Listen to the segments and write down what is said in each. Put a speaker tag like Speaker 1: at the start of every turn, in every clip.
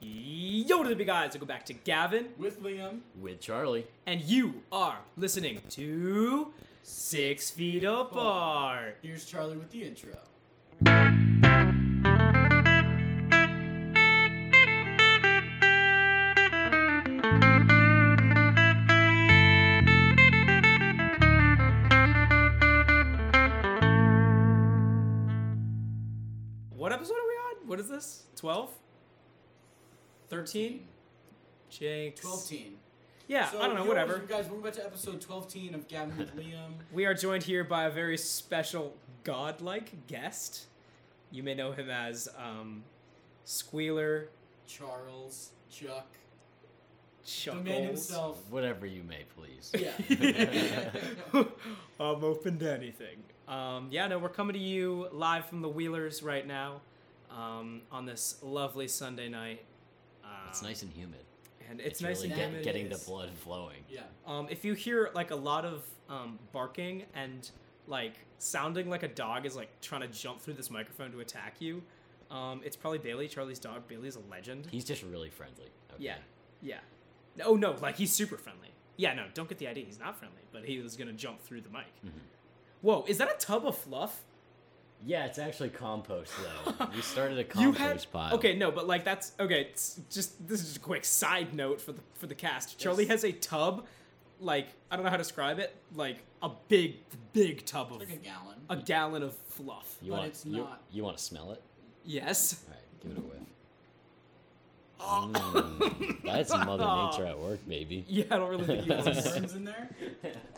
Speaker 1: Yo to the Big Eyes. I go back to Gavin,
Speaker 2: With Liam.
Speaker 3: with Charlie.
Speaker 1: and you are listening to Six Feet Apart.
Speaker 2: Here's Charlie with the intro.
Speaker 1: What episode are we on? What is this? 12? 13? Jinx.
Speaker 2: 12 teen.
Speaker 1: Yeah,
Speaker 2: So
Speaker 1: I don't know,
Speaker 2: yo,
Speaker 1: whatever.
Speaker 2: You guys, we're about to episode 12 teen of Gavin with Liam.
Speaker 1: We are joined here by a very special godlike guest. You may know him as um, Squealer
Speaker 2: Charles, Chuck,
Speaker 1: Chuckles.
Speaker 2: the man himself.
Speaker 3: Whatever you may, please.
Speaker 2: Yeah.
Speaker 1: I'm open to anything. Um, yeah, no, we're coming to you live from the Wheelers right now um, on this lovely Sunday night. Um,
Speaker 3: It's nice and humid.
Speaker 1: and it's, nice
Speaker 3: really
Speaker 1: and
Speaker 3: get-
Speaker 1: humid.
Speaker 3: getting the
Speaker 2: is.
Speaker 3: blood flowing.
Speaker 2: yeah.
Speaker 1: Um, if you hear like a lot of um, barking and like sounding like a dog is like trying to jump through this microphone to attack you, um, it's probably Bailey, Charlie's dog. Bailey's a legend.
Speaker 3: He's just really friendly. Okay.
Speaker 1: Yeah, yeah. Oh no, like he's super friendly. Yeah, no, don't get the idea. He's not friendly, but he was gonna jump through the mic.
Speaker 3: Mm-hmm.
Speaker 1: Whoa, is that a tub of fluff?
Speaker 3: Yeah, it's actually compost though. we started a compost
Speaker 1: you had
Speaker 3: pile.
Speaker 1: okay, no, but like that's okay. It's just this is just a quick side note for the for the cast. Charlie has a tub, like I don't know how to describe it, like a big big tub of
Speaker 2: Like a gallon.
Speaker 1: a gallon of fluff.
Speaker 3: You
Speaker 2: but
Speaker 3: want
Speaker 2: it's
Speaker 3: you,
Speaker 2: not.
Speaker 3: you want to smell it?
Speaker 1: Yes.
Speaker 3: All right, give it a whiff.
Speaker 1: Oh.
Speaker 3: Mm, that's Mother Nature at work, baby.
Speaker 1: Yeah, I don't really think he
Speaker 2: Some
Speaker 1: was.
Speaker 2: worms in there.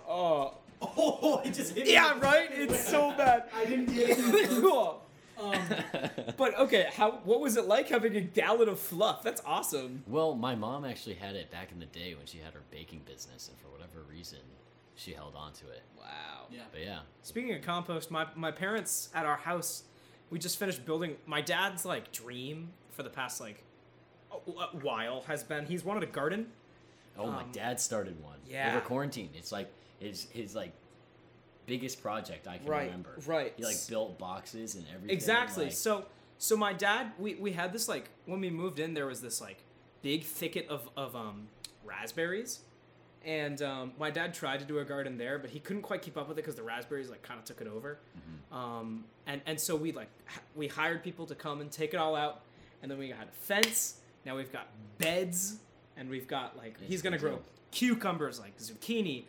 Speaker 1: Oh,
Speaker 2: Oh, it just hit me.
Speaker 1: yeah, right. It's so bad.
Speaker 2: I didn't get it.
Speaker 1: Cool. But okay, how what was it like having a gallon of fluff? That's awesome.
Speaker 3: Well, my mom actually had it back in the day when she had her baking business, and for whatever reason, she held on to it.
Speaker 1: Wow.
Speaker 2: Yeah.
Speaker 3: But yeah,
Speaker 1: Speaking of compost, my my parents at our house, we just finished building. My dad's like dream for the past like a, a while has been he's wanted a garden.
Speaker 3: Oh, my
Speaker 1: Um,
Speaker 3: dad started one
Speaker 1: yeah.
Speaker 3: over quarantine. It's like his his like biggest project I can
Speaker 1: Right,
Speaker 3: remember.
Speaker 1: right.
Speaker 3: He like built boxes and everything.
Speaker 1: Exactly.
Speaker 3: like-
Speaker 1: so so my dad, we we had this like when we moved in, there was this like big thicket of of um raspberries, and um, my dad tried to do a garden there, but he couldn't quite keep up with it because the raspberries like kind of took it over.
Speaker 3: Mm-hmm.
Speaker 1: Um, and and so we like h- we hired people to come and take it all out, and then we had a fence. Now we've got beds, and we've got like
Speaker 3: Yes,
Speaker 1: he's gonna
Speaker 3: we
Speaker 1: grow
Speaker 3: do.
Speaker 1: cucumbers like zucchini,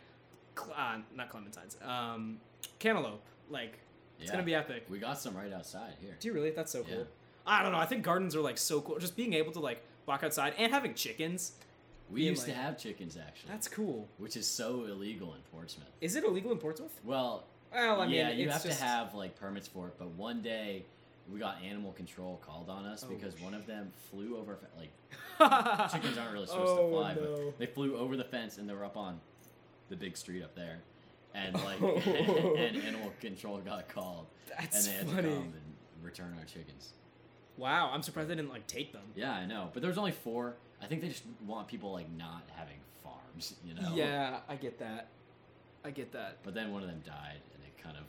Speaker 1: cl- uh, not clementines, um, cantaloupe. Like it's
Speaker 3: Yeah.
Speaker 1: gonna be epic.
Speaker 3: we got some right outside here.
Speaker 1: Do you really? That's so cool.
Speaker 3: Yeah.
Speaker 1: I don't know. I think gardens are like so cool. Just being able to like walk outside and having chickens.
Speaker 3: we
Speaker 1: being
Speaker 3: used to
Speaker 1: like-
Speaker 3: have chickens actually,
Speaker 1: That's cool.
Speaker 3: which is so illegal in Portsmouth.
Speaker 1: Is it illegal in Portsmouth?
Speaker 3: Well,
Speaker 1: Well, I mean,
Speaker 3: yeah, you
Speaker 1: it's
Speaker 3: have
Speaker 1: just-
Speaker 3: to have like permits for it. But one day, we got animal control called on us
Speaker 1: Oh,
Speaker 3: because one of them flew over fe- like chickens
Speaker 1: chickens
Speaker 3: aren't really supposed
Speaker 1: Oh,
Speaker 3: to fly, but they flew over the fence and they were up on the big street up there, and like and animal control got called,
Speaker 1: That's
Speaker 3: and they had to
Speaker 1: funny.
Speaker 3: come and return our chickens.
Speaker 1: Wow, I'm surprised they didn't like take them.
Speaker 3: Yeah, I know, but there's only four. I think they just want people like not having farms, you know.
Speaker 1: Yeah, I get that. I get that.
Speaker 3: But then one of them died, and it kind of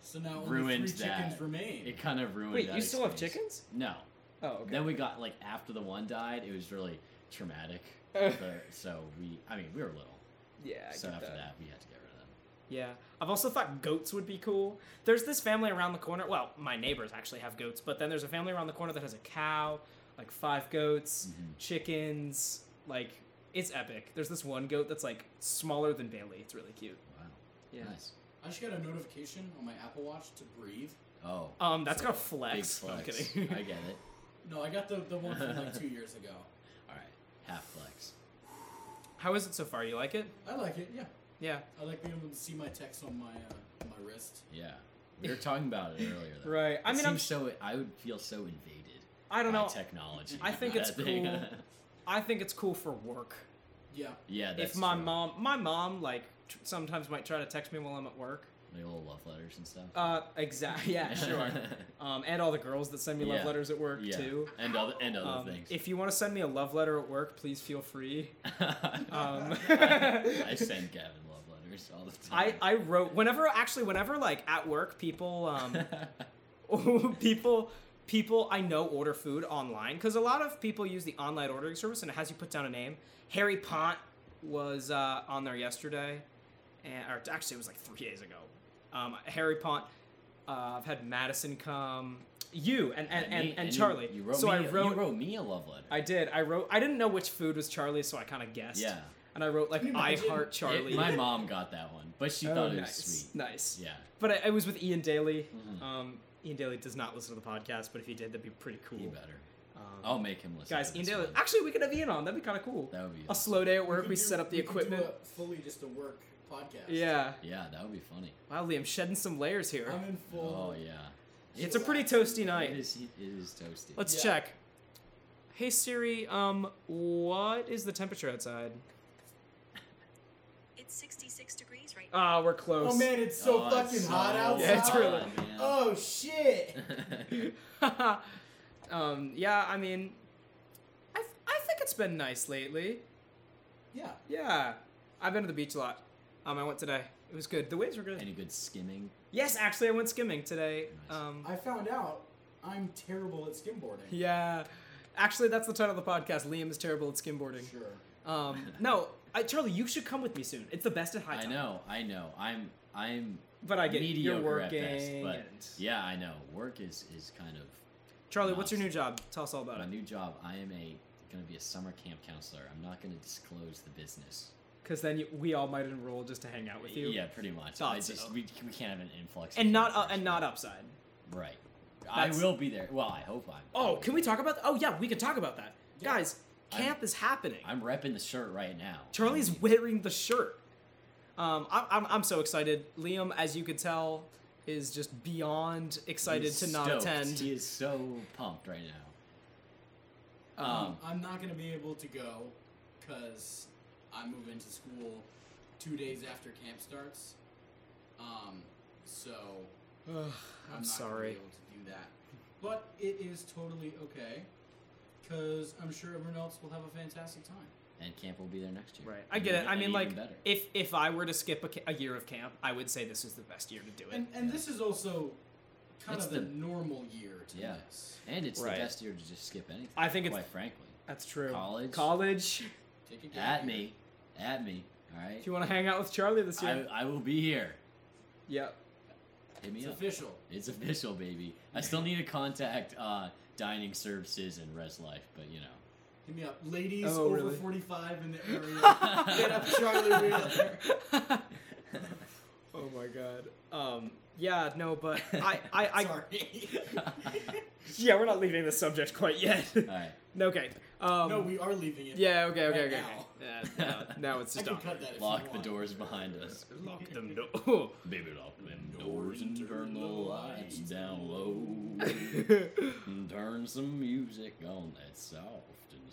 Speaker 2: So now
Speaker 3: Ruined
Speaker 2: only three chickens
Speaker 3: that.
Speaker 2: remain.
Speaker 3: it kind of ruined.
Speaker 1: Wait,
Speaker 3: that
Speaker 1: you still have
Speaker 3: experience.
Speaker 1: chickens?
Speaker 3: No.
Speaker 1: Oh, okay.
Speaker 3: Then we got like after the one died, it was really traumatic.
Speaker 1: Uh.
Speaker 3: But- so we, I mean, we were little.
Speaker 1: yeah, I
Speaker 3: so
Speaker 1: get
Speaker 3: after
Speaker 1: that.
Speaker 3: that, we had to get rid of them.
Speaker 1: Yeah. I've also thought goats would be cool. There's this family around the corner. Well, my neighbors actually have goats, but then there's a family around the corner that has a cow, like five goats,
Speaker 3: Mhm.
Speaker 1: chickens. Like, it's epic. There's this one goat that's like smaller than Bailey. It's really cute.
Speaker 3: Wow.
Speaker 1: Yeah.
Speaker 3: Nice.
Speaker 2: I just got a notification on my Apple Watch to breathe.
Speaker 3: Oh.
Speaker 1: Um, that's got a
Speaker 3: Big
Speaker 1: flex. No, I'm
Speaker 3: flex.
Speaker 1: kidding.
Speaker 3: I get it.
Speaker 2: No, I got the, the one from like two years ago.
Speaker 3: All right. Half flex.
Speaker 1: How is it so far? You like it?
Speaker 2: I like it. Yeah.
Speaker 1: Yeah.
Speaker 2: I like being able to see my text on my uh, my wrist.
Speaker 3: Yeah. We were talking about it earlier. Though.
Speaker 1: Right. I
Speaker 3: It
Speaker 1: mean, I'm,
Speaker 3: seems so. I would feel so invaded.
Speaker 1: I don't
Speaker 3: by
Speaker 1: know.
Speaker 3: Technology.
Speaker 1: I think it's
Speaker 3: That thing.
Speaker 1: cool. I think it's cool for work.
Speaker 2: Yeah.
Speaker 3: yeah. That's
Speaker 1: if my
Speaker 3: true.
Speaker 1: mom, my mom, like tr- sometimes might try to text me while I'm at work.
Speaker 3: the old love letters and stuff.
Speaker 1: Uh, exactly. Yeah, sure. Um, and all the girls that send me love
Speaker 3: Yeah.
Speaker 1: letters at work
Speaker 3: yeah.
Speaker 1: too.
Speaker 3: And other and other
Speaker 1: Um,
Speaker 3: things.
Speaker 1: if you want to send me a love letter at work, please feel free. Um,
Speaker 3: I send Gavin love letters all the
Speaker 1: I,
Speaker 3: time.
Speaker 1: I wrote whenever actually whenever like at work people um people people I know order food online because a lot of people use the online ordering service and it has you put down a name. Harry Pont was uh, on there yesterday, and or actually it was like three days ago. Um, Harry Pont. Uh, I've had Madison come. You and and, and,
Speaker 3: me-
Speaker 1: and
Speaker 3: you-
Speaker 1: Charlie.
Speaker 3: You, wrote
Speaker 1: so
Speaker 3: me,
Speaker 1: I
Speaker 3: a-
Speaker 1: wrote.
Speaker 3: You wrote me a love letter.
Speaker 1: I did. I wrote. I didn't know which food was Charlie's, so I kind of guessed.
Speaker 3: yeah.
Speaker 1: And I wrote like
Speaker 2: Can you
Speaker 1: I
Speaker 2: imagine?
Speaker 1: heart Charlie.
Speaker 3: It- my mom got that one, but she
Speaker 1: Oh,
Speaker 3: thought it was
Speaker 1: nice.
Speaker 3: sweet.
Speaker 1: Nice.
Speaker 3: Yeah.
Speaker 1: But I, I was with Ian Daly.
Speaker 3: Mhm.
Speaker 1: Um, Ian Daly does not listen to the podcast, but if he did, that'd be pretty cool.
Speaker 3: He better.
Speaker 1: Um,
Speaker 3: I'll make him listen.
Speaker 1: guys,
Speaker 3: to
Speaker 1: Ian
Speaker 3: this
Speaker 1: Daly.
Speaker 3: one.
Speaker 1: Actually, we could have Ian on. That'd be kind of cool.
Speaker 3: Oh, That would be.
Speaker 1: A slow day at work.
Speaker 2: could
Speaker 1: We,
Speaker 2: do-
Speaker 1: set up the
Speaker 2: we could do
Speaker 1: equipment.
Speaker 2: a fully just a work podcast.
Speaker 1: Yeah.
Speaker 3: Yeah, that would be funny.
Speaker 1: Wow, Liam, shedding some layers here.
Speaker 2: I'm in full.
Speaker 3: Oh yeah.
Speaker 1: it's a pretty toasty night.
Speaker 3: It is. It is toasty.
Speaker 1: Let's
Speaker 2: Yeah.
Speaker 1: check. Hey Siri, um, what is the temperature outside?
Speaker 4: It's 66 degrees right now.
Speaker 1: Ah, we're close.
Speaker 2: Oh man, it's so
Speaker 3: Oh, it's
Speaker 2: fucking hot
Speaker 3: so
Speaker 2: outside.
Speaker 1: Yeah, it's really-
Speaker 3: hot, man.
Speaker 2: Oh shit.
Speaker 1: Oh. um, yeah, I mean, I, th- I think it's been nice lately.
Speaker 2: Yeah.
Speaker 1: Yeah, I've been to the beach a lot. Um, I went today. It was good. The waves were good.
Speaker 3: Any good skimming?
Speaker 1: Yes, actually, I went skimming today.
Speaker 3: Nice.
Speaker 1: Um,
Speaker 2: I found out I'm terrible at skimboarding.
Speaker 1: yeah, actually, that's the title of the podcast. Liam is terrible at skimboarding.
Speaker 2: Sure.
Speaker 1: Um, no, I, Charlie, you should come with me soon. It's the best at high
Speaker 3: I
Speaker 1: tide.
Speaker 3: know. I know. I'm. I'm.
Speaker 1: but I get
Speaker 3: mediocre
Speaker 1: you're working.
Speaker 3: at best, but
Speaker 1: and-
Speaker 3: yeah, I know. Work is is kind of
Speaker 1: Charlie, what's your new job? Tell us all about
Speaker 3: my
Speaker 1: it.
Speaker 3: new job. I am a going to be a summer camp counselor. I'm not going to disclose the business.
Speaker 1: Because then you, we all might enroll just to hang out with you.
Speaker 3: Yeah, pretty much.
Speaker 1: Thought
Speaker 3: I
Speaker 1: so.
Speaker 3: just we, we can't have an influx.
Speaker 1: And
Speaker 3: of
Speaker 1: not uh,
Speaker 3: counselors.
Speaker 1: and not upside.
Speaker 3: right.
Speaker 1: That's-
Speaker 3: I will be there. Well, I hope I'm.
Speaker 1: Oh, can we talk about? Th- oh yeah, we can talk about that,
Speaker 2: Yeah.
Speaker 1: guys. Camp is happening.
Speaker 3: I'm repping the shirt right now.
Speaker 1: Charlie's
Speaker 3: I mean,
Speaker 1: wearing the shirt. Um, I, I'm I'm so excited. Liam, as you could tell, is just beyond excited
Speaker 3: he's
Speaker 1: to not
Speaker 3: stoked.
Speaker 1: attend.
Speaker 3: He is so pumped right now.
Speaker 1: Um,
Speaker 3: Um,
Speaker 2: I'm not gonna be able to go because I move into school two days after camp starts. Um, so
Speaker 1: Ugh,
Speaker 2: I'm,
Speaker 1: I'm
Speaker 2: not
Speaker 1: sorry.
Speaker 2: Gonna be able to do that, but it is totally okay because I'm sure everyone else will have a fantastic time.
Speaker 3: and camp will be there next year.
Speaker 1: Right, I get it.
Speaker 3: And
Speaker 1: I mean,
Speaker 3: even
Speaker 1: like,
Speaker 3: better.
Speaker 1: if if I were to skip a, ca- a year of camp, I would say this is the best year to do it.
Speaker 2: And and this is also kind
Speaker 3: It's
Speaker 2: of the,
Speaker 3: the-
Speaker 2: normal year to
Speaker 3: Yeah.
Speaker 2: this.
Speaker 3: and it's
Speaker 1: Right.
Speaker 3: the best year to just skip anything.
Speaker 1: I think it's-
Speaker 3: quite frankly.
Speaker 1: That's true.
Speaker 3: College?
Speaker 1: College.
Speaker 2: Take a
Speaker 3: At
Speaker 2: gander.
Speaker 3: me, at me. All right.
Speaker 1: If you want to hang out with Charlie this
Speaker 3: I,
Speaker 1: year,
Speaker 3: I will be here.
Speaker 1: yep.
Speaker 3: Hit me
Speaker 2: It's
Speaker 3: up.
Speaker 2: official.
Speaker 3: It's official, baby. I still need to contact uh, dining services and Res Life, but you know.
Speaker 2: Hit me up, ladies
Speaker 1: Oh,
Speaker 2: over
Speaker 1: really?
Speaker 2: 45 in the area. Hit up Charlie Wheeler.
Speaker 1: Oh my god. Um. Yeah. No. But I. I. I
Speaker 2: Sorry.
Speaker 1: yeah. We're not leaving the subject quite yet.
Speaker 3: All right.
Speaker 1: okay. Um.
Speaker 2: no, we are leaving it.
Speaker 1: yeah. Okay. Okay.
Speaker 2: right
Speaker 1: okay.
Speaker 2: now.
Speaker 1: okay. Yeah, no, now it's
Speaker 2: I
Speaker 1: just
Speaker 2: can
Speaker 1: on.
Speaker 2: cut that if you
Speaker 3: Lock the
Speaker 2: want.
Speaker 3: doors behind us.
Speaker 1: Lock them. Do-
Speaker 3: Baby, lock them doors and turn the lights down low. And turn some music on that's soft and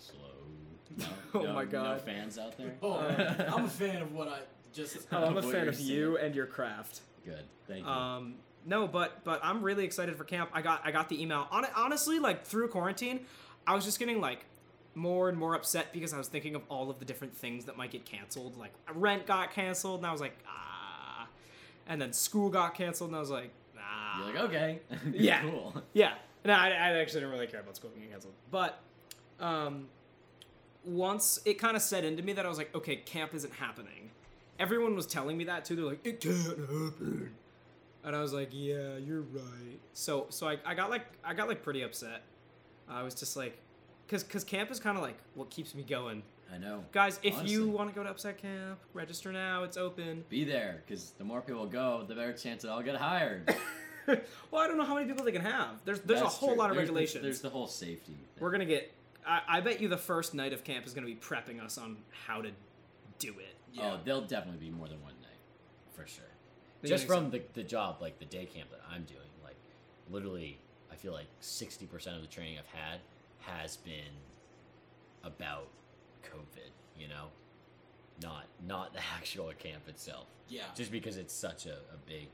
Speaker 3: slow. No,
Speaker 1: Oh
Speaker 3: no-
Speaker 1: my God.
Speaker 3: No fans out there?
Speaker 2: Oh,
Speaker 1: Uh,
Speaker 2: I'm a fan of what I just.
Speaker 1: oh, I'm a
Speaker 3: What
Speaker 1: fan
Speaker 3: you're
Speaker 1: of you and your craft.
Speaker 3: Good. Thank you.
Speaker 1: Um, no, but but I'm really excited for camp. I got I got the email. On, honestly, like through quarantine, I was just getting like more and more upset because I was thinking of all of the different things that might get canceled. Like rent got canceled, and I was like, ah. And then school got canceled, and I was like, ah.
Speaker 3: You're like, okay.
Speaker 1: Yeah.
Speaker 3: Cool.
Speaker 1: Yeah. No, I, I actually didn't really care about school being canceled. But um, once it kind of set into me that I was like, okay, camp isn't happening. Everyone was telling me that too. They're like, it can't happen. And I was like, yeah, you're right. So so I, I got like I got like pretty upset. I was just like, cause cause camp is kind of like what keeps me going.
Speaker 3: I know.
Speaker 1: Guys, if you
Speaker 3: Honestly.
Speaker 1: want to go to Upset Camp, register now. It's open.
Speaker 3: Be there, because the more people go, the better chance that I'll get hired.
Speaker 1: well, I don't know how many people they can have. There's there's
Speaker 3: That's
Speaker 1: a whole
Speaker 3: true.
Speaker 1: lot of
Speaker 3: There's the-
Speaker 1: regulations.
Speaker 3: There's the whole safety. thing.
Speaker 1: We're gonna get. I, I bet you the first night of camp is gonna be prepping us on how to do it.
Speaker 2: Yeah.
Speaker 3: Oh, there'll definitely be more than one night, for sure.
Speaker 1: You
Speaker 3: Just
Speaker 1: think
Speaker 3: from the, the job, like the day camp that I'm doing, like literally, I feel like 60% of the training I've had has been about COVID, you know? Not not the actual camp itself,
Speaker 2: Yeah.
Speaker 3: just because it's such a, a big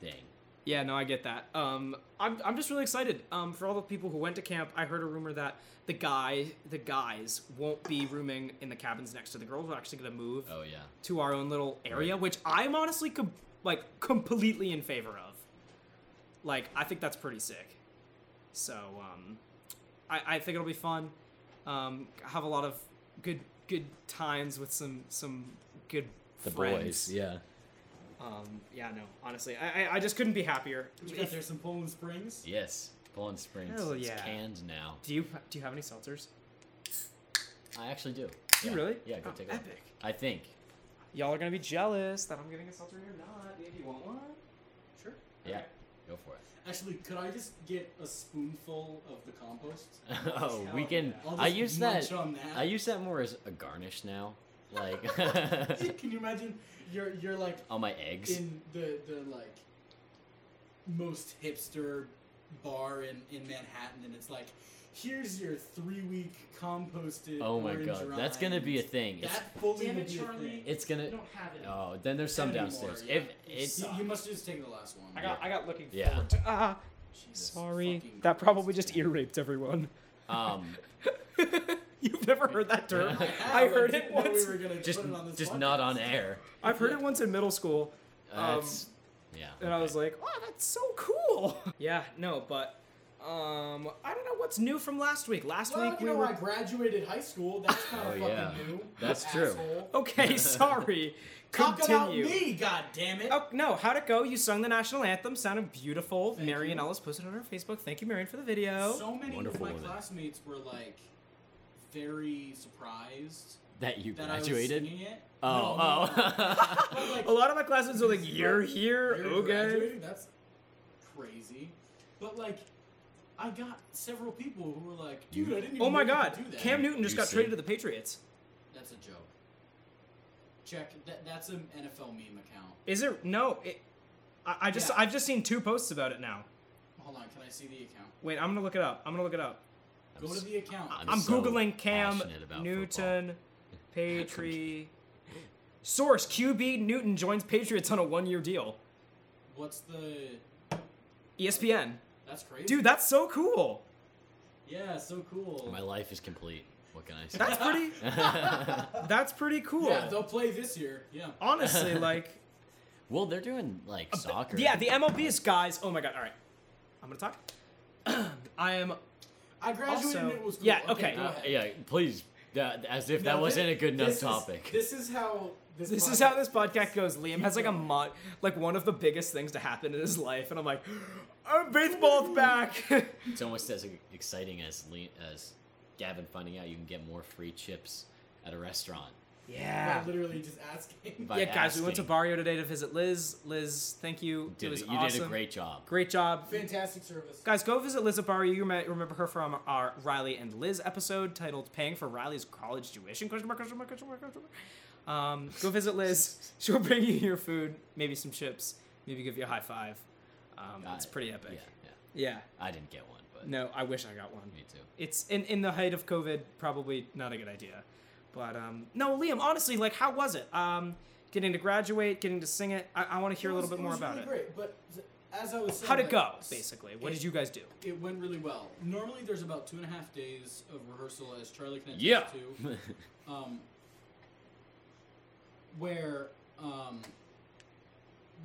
Speaker 3: thing.
Speaker 1: Yeah, no, I get that. Um, I'm, I'm just really excited. Um, for all the people who went to camp, I heard a rumor that the guy, the guys, won't be rooming in the cabins next to the girls. We're actually gonna move
Speaker 3: Oh yeah,
Speaker 1: to our own little area, which I'm honestly com- like completely in favor of. Like, I think that's pretty sick. So um, I, I think it'll be fun. Um, have a lot of good good times with some some good
Speaker 3: The
Speaker 1: friends.
Speaker 3: boys, yeah.
Speaker 1: Um, yeah, no, honestly, I, I, I just couldn't be happier.
Speaker 2: We
Speaker 1: If-
Speaker 2: got there some Poland Springs.
Speaker 3: Yes, Poland Springs.
Speaker 1: Hell
Speaker 3: It's
Speaker 1: yeah.
Speaker 3: canned now.
Speaker 1: do you do you have any seltzers?
Speaker 3: I actually do.
Speaker 1: Do
Speaker 3: yeah.
Speaker 1: you really?
Speaker 3: Yeah, go
Speaker 1: Oh,
Speaker 3: take a look.
Speaker 1: epic.
Speaker 3: I think.
Speaker 1: Y'all are gonna be jealous that I'm getting a seltzer and you're not. Maybe you want one? Sure.
Speaker 3: Yeah,
Speaker 1: Okay.
Speaker 3: go for it.
Speaker 2: Actually, could I just get a spoonful of the compost?
Speaker 3: oh,
Speaker 1: Hell
Speaker 3: we can.
Speaker 1: yeah.
Speaker 2: I'll just
Speaker 3: I use that.
Speaker 2: munch On that.
Speaker 3: I use that more as a garnish now, like
Speaker 2: Can you imagine? You're you're like
Speaker 3: on my eggs.
Speaker 2: in the the like most hipster bar in in Manhattan, and it's like, here's your three week composted.
Speaker 3: Oh my
Speaker 2: orange
Speaker 3: god, that's gonna be a
Speaker 2: rind.
Speaker 3: thing. It's,
Speaker 2: That fully
Speaker 1: Damn
Speaker 2: would
Speaker 1: it,
Speaker 2: be a
Speaker 1: Charlie.
Speaker 2: thing.
Speaker 3: it's gonna.
Speaker 1: don't have it.
Speaker 3: Oh, then there's some
Speaker 2: Anymore,
Speaker 3: downstairs.
Speaker 2: yeah.
Speaker 3: If it's
Speaker 2: You, you must just take the last one.
Speaker 1: I got I got looking
Speaker 3: Yeah.
Speaker 1: forward to ah.
Speaker 2: Jesus
Speaker 1: Sorry,
Speaker 2: fucking
Speaker 1: that probably
Speaker 2: Christ.
Speaker 1: just ear raped everyone.
Speaker 3: um,
Speaker 1: You've never heard that term.
Speaker 2: Yeah,
Speaker 1: I heard
Speaker 2: didn't
Speaker 1: it
Speaker 2: know we
Speaker 1: once.
Speaker 2: were gonna
Speaker 3: just
Speaker 2: put it on this
Speaker 3: just
Speaker 2: podcast.
Speaker 3: not on air.
Speaker 1: I've heard it once in middle school, Um,
Speaker 3: That's yeah.
Speaker 1: and I
Speaker 3: okay.
Speaker 1: was like, "Oh, that's so cool." Yeah, no, but um, I don't know what's new from last week. Last
Speaker 2: Well,
Speaker 1: week
Speaker 2: you
Speaker 1: we
Speaker 2: know,
Speaker 1: were
Speaker 2: I graduated high school. That's kind
Speaker 3: Oh,
Speaker 2: of
Speaker 3: yeah.
Speaker 2: fucking new.
Speaker 3: That's
Speaker 2: you
Speaker 3: true.
Speaker 2: asshole.
Speaker 1: Okay, sorry.
Speaker 2: Talk about
Speaker 1: Oh, Continue.
Speaker 2: me, god damn it.
Speaker 1: Oh no, how'd it go? You sung the national anthem, sounded beautiful.
Speaker 2: Thank
Speaker 1: Marion
Speaker 2: you.
Speaker 1: Ellis posted it on her Facebook. Thank you, Marion, for the video.
Speaker 2: So many
Speaker 3: Wonderful
Speaker 2: of my
Speaker 3: woman.
Speaker 2: classmates were like very surprised
Speaker 3: that you
Speaker 2: that I
Speaker 3: graduated.
Speaker 2: was singing it.
Speaker 3: Oh,
Speaker 2: No, no, no.
Speaker 3: oh.
Speaker 2: But, like,
Speaker 1: a lot of my classmates were like, "You're here,
Speaker 2: you're
Speaker 1: okay."
Speaker 2: graduating? That's crazy. But like, I got several people who were like, "Dude, I didn't." Even
Speaker 1: Oh my
Speaker 2: know you could
Speaker 1: God,
Speaker 2: do that.
Speaker 1: Cam Newton just
Speaker 3: You
Speaker 1: got
Speaker 3: see?
Speaker 1: traded to the Patriots.
Speaker 2: That's a joke. Check that. That's an NFL meme account.
Speaker 1: Is it? No, it, I, I just
Speaker 2: Yeah.
Speaker 1: I've just seen two posts about it now.
Speaker 2: Hold on, can I see the account?
Speaker 1: Wait, I'm gonna look it up. I'm gonna look it up.
Speaker 3: I'm
Speaker 2: Go
Speaker 3: s-
Speaker 2: to the account.
Speaker 3: I'm
Speaker 1: I'm,
Speaker 3: so
Speaker 1: googling Cam
Speaker 3: passionate about
Speaker 1: Newton Patri. Source: QB Newton joins Patriots on a one-year deal. E
Speaker 2: What's the?
Speaker 1: ESPN.
Speaker 2: That's crazy.
Speaker 1: Dude, that's so cool.
Speaker 2: Yeah, so cool.
Speaker 3: My life is complete. What can I say?
Speaker 1: That's pretty. That's pretty cool.
Speaker 2: Yeah, they'll play this year. Yeah.
Speaker 1: Honestly, like
Speaker 3: well, they're doing like soccer.
Speaker 1: yeah, the MLB is guys. Oh my god! All right, I'm gonna talk. I am.
Speaker 2: I graduated
Speaker 1: Also-
Speaker 2: and it was cool.
Speaker 1: yeah, okay.
Speaker 2: go
Speaker 3: Uh,
Speaker 2: ahead.
Speaker 3: yeah, please. That, as if
Speaker 2: No,
Speaker 3: that
Speaker 2: thi-
Speaker 3: wasn't a good enough
Speaker 2: this is-
Speaker 3: topic.
Speaker 2: This is how. This,
Speaker 1: This is how this
Speaker 2: podcast-
Speaker 1: podcast goes. Liam has like a mod, like one of the biggest things to happen in his life, and I'm like, oh, baseball's back.
Speaker 3: it's almost as exciting as Le- as Gavin finding out you can get more free chips at a restaurant.
Speaker 1: yeah.
Speaker 2: By literally just asking.
Speaker 3: By
Speaker 1: yeah, guys, we went to
Speaker 3: asking.
Speaker 1: Barrio today to visit Liz. Liz, thank you.
Speaker 3: Did
Speaker 1: it was
Speaker 3: you
Speaker 1: awesome.
Speaker 3: did a great job.
Speaker 1: Great job.
Speaker 2: Fantastic service.
Speaker 1: Guys, go visit Liz at Barrio. You might remember her from our Riley and Liz episode titled "Paying for Riley's College Tuition." Question mark, question mark, question mark, question mark. Um, go visit Liz. She'll bring you your food, maybe some chips, maybe give you a high five. Um,
Speaker 3: Uh,
Speaker 1: it's pretty epic.
Speaker 3: Yeah,
Speaker 1: Yeah.
Speaker 3: yeah. I didn't get one, but
Speaker 1: No, I wish I got one.
Speaker 3: me too.
Speaker 1: It's in in the height of COVID, probably not a good idea. But um, no, Liam, honestly, like, how was it? Um, getting to graduate, getting to sing it. I, I want to hear a little bit more about it.
Speaker 2: Great, but th- as I was saying,
Speaker 1: How'd it
Speaker 2: like,
Speaker 1: go,
Speaker 2: s-
Speaker 1: basically? What
Speaker 2: it-
Speaker 1: did you guys do?
Speaker 2: It went really well. Normally, there's about two and a half days of rehearsal, as Charlie can attest
Speaker 3: Yeah.
Speaker 2: to, um, where um,